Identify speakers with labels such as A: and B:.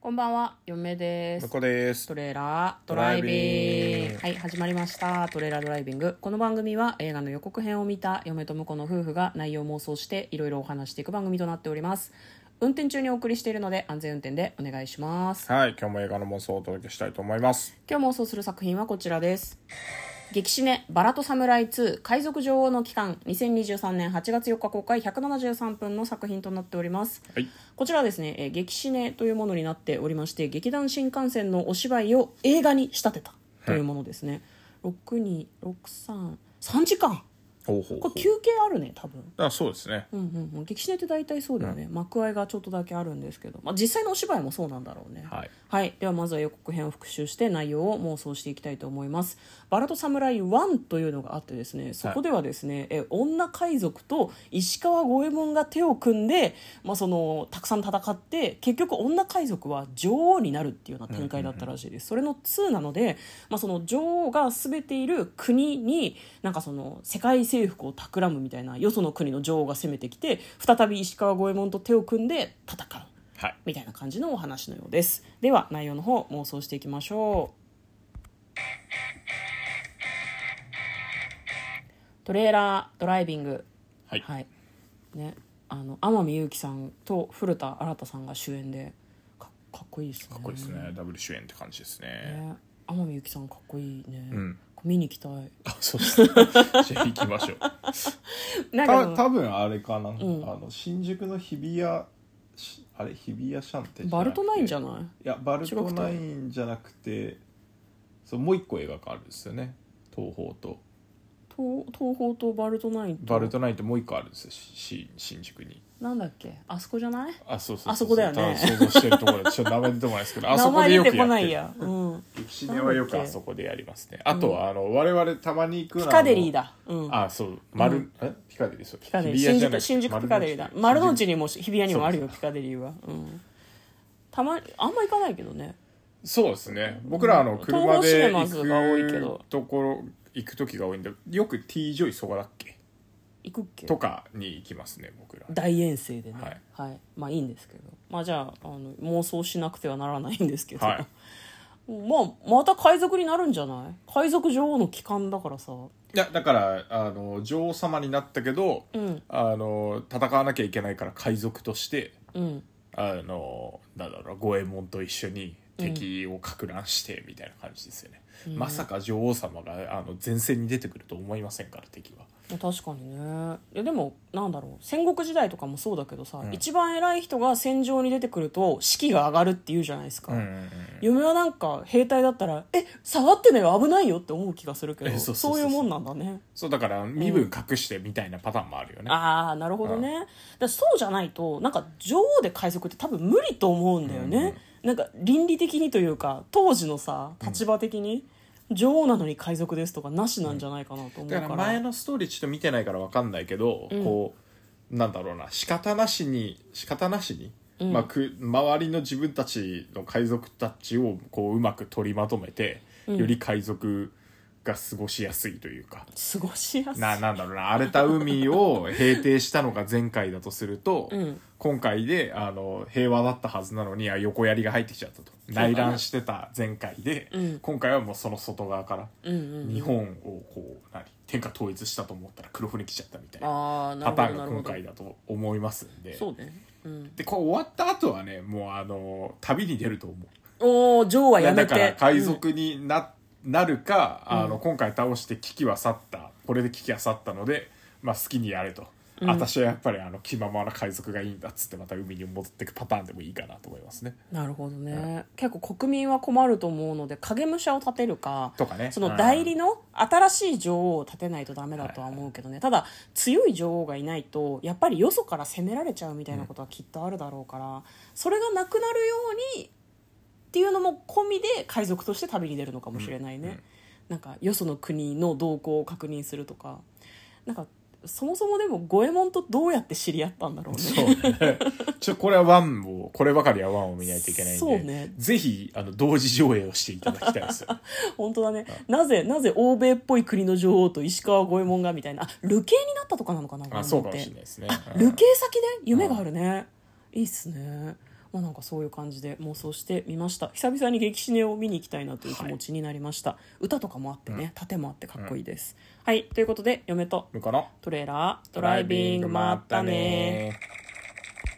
A: こんばんは、嫁で
B: 向
A: す。
B: こうです
A: トレーラードライビング
B: ドライビング
A: はい始まりましたトレーラードライビングこの番組は映画の予告編を見た嫁と婿の夫婦が内容を妄想していろいろお話していく番組となっております運転中にお送りしているので安全運転でお願いします
B: はい今日も映画の妄想をお届けしたいと思います
A: 今日妄想する作品はこちらです激シネバラとサムライ2海賊女王の期間2023年8月4日公開173分の作品となっております
B: はい
A: こちらはですね、えー劇シネというものになっておりまして劇団新幹線のお芝居を映画に仕立てたというものですね、62633時間
B: ほうほうほ
A: こ
B: う
A: れ休憩あるね多分
B: あそうですね
A: うんうんうん劇シネって大体そうだよね、幕合がちょっとだけあるんですけど、まあ、実際のお芝居もそうなんだろうね
B: はい、
A: ではまずは予告編を復習して内容を妄想していきたいと思います「バラと侍1」というのがあってですねそこではですね、え女海賊と石川五右衛門が手を組んで、まあ、そのたくさん戦って結局女海賊は女王になるっていうような展開だったらしいです、それの2なので、まあ、その女王が全ている国になんかその世界征服を企むみたいなよその国の女王が攻めてきて再び石川五右衛門と手を組んで戦う。
B: はい、
A: みたいな感じのお話のようですでは内容の方妄想していきましょうトレーラードライビング
B: はい
A: ねあの天海祐希さんと古田新太さんが主演でかかっこいいですね
B: かっこいいですねダブル主演って感じですね
A: ね天海祐希さんかっこいいね、
B: うん
A: 見に行きたい
B: あそう ですねじゃあ行きましょう
A: なんかで
C: た
A: も
C: 多分あれかな、
A: ん
C: あの新宿の日比谷しあれ日比谷シャンテ
A: バルトナインじゃ
C: い
A: ない
C: いやバル
A: 違
C: ト
A: くて
C: ナインじゃなくてそうもう一個映画があるんですよね東宝と
A: 東東宝とバルトナインと
C: バルトナインってもう一個あるんですよしし新宿に
A: なんだっけあそこじゃない
C: あそうそうう
A: あそこだよね
C: 多分想像してるところでちょっと名前出てこないですけどあ
A: 名
C: そこ
A: 前
C: でよ
A: 出
C: く
A: て
C: や
A: こ
C: っ
A: な
C: て
A: い
C: る
A: や、うん、
C: 歴史ねはよくあそこでやりますねあとはあの我々たまに行
A: ピ
C: くのは
A: カデリーだ、うん、
C: あそう丸、えピカデリーそう
A: ピカデリー
C: 日
A: 新
C: 比谷じゃな
A: 宿
C: い
A: 新宿ピカデリーだ丸
C: 丸
A: の
C: の
A: 内
C: 内
A: にも日比谷にもあるよピカデリーは、うん、たまにあんま行かないけどね
C: そうですね僕らあの
A: ん東宝
C: 車で行
A: シネマズが多いけど
C: くところ行く時が多いんでよく T ・ジョイそこだっけ
A: 行くっけ
C: とかに行きますね僕ら
A: 大遠征でね
C: はい、
A: はい、まあいいんですけどまあじゃああの妄想しなくてはならないんですけど、
C: はい
A: まあまた海賊になるんじゃない海賊女王の帰還だからさ
C: いやだからあの女王様になったけど、
A: ん
C: あの戦わなきゃいけないから海賊として
A: うん
C: あのなんだろう五右衛門と一緒に敵をか乱してみたいな感じですよね、まさか女王様があの前線に出てくると思いませんから敵は
A: 確かにねいやでもなんだろう戦国時代とかもそうだけどさ、一番偉い人が戦場に出てくると士気が上がるっていうじゃないですか、嫁はなんか兵隊だったら「え触ってねよ危ないよ」って思う気がするけど
C: え
A: そ
C: そううそうそう
A: い
C: そう
A: うもんなんだね
C: そうだから身分隠してみたいなパターンもあるよね、
A: ああなるほどね、だからそうじゃないとなんか女王で海賊って多分無理と思うんだよね、なんか倫理的にというか当時のさ立場的に、女王なのに海賊ですとかなしなんじゃないかなと思うか
C: だ
A: ら,、
C: から前のストーリーちょっと見てないから分かんないけど、こうなんだろうな仕方なしに仕方なしに、まあ、く周りの自分たちの海賊たちをこううまく取りまとめて、より海賊が過ごしやすいというか。
A: 過ごしやすい
C: ななんだろうな荒れた海を平定したのが前回だとすると、
A: ん
C: 今回であの平和だったはずなのにあ横槍が入ってきちゃったと内乱してた前回で、
A: ん
C: 今回はもうその外側から
A: うんうん
C: 日本をこう何天下統一したと思ったら黒船来ちゃったみたいな
A: ああな
C: パ
A: る
C: タ
A: ほ
C: ー
A: どなる
C: ンが
A: ほ
C: 今
A: ど
C: 回だと思いますんで
A: そうね、うん、
C: でこれ終わった後はねもうあの旅に出ると思う
A: おお女王はやめ
C: だ
A: て
C: から海賊にな,、なるかあの今回倒して危機は去ったこれで危機は去ったので、まあ、好きにやれと、私はやっぱりあの気ままな海賊がいいんだっつってまた海に戻ってくパターンでもいいかなと思いますね
A: なるほどね、結構国民は困ると思うので影武者を立てるか
C: とかね
A: その代理の新しい女王を立てないとダメだとは思うけどね、ただ強い女王がいないとやっぱりよそから攻められちゃうみたいなことはきっとあるだろうから、それがなくなるようにっていうのも込みで海賊として旅に出るのかもしれないね、なんかよその国の動向を確認するとかなんかそもそもでも五右衛門とどうやって知り合ったんだろうね
C: そう ねちょこれはワンをこればかりはワンを見ないといけないんで
A: そうね
C: ぜひあの同時上映をしていただきた いですよ
A: 本当だねなぜなぜ欧米っぽい国の女王と石川五右衛門がみたいなあ流刑になったとかなのかな
C: あそうかもしれないですね
A: ルケ先で夢があるね、いいっすねまあ、なんかそういう感じで妄想してみました久々に激シネを見に行きたいなという気持ちになりました、歌とかもあってね盾もあってかっこいいです、はいということで嫁と
B: 向こうの
A: トレーラードライビングまったね
B: ー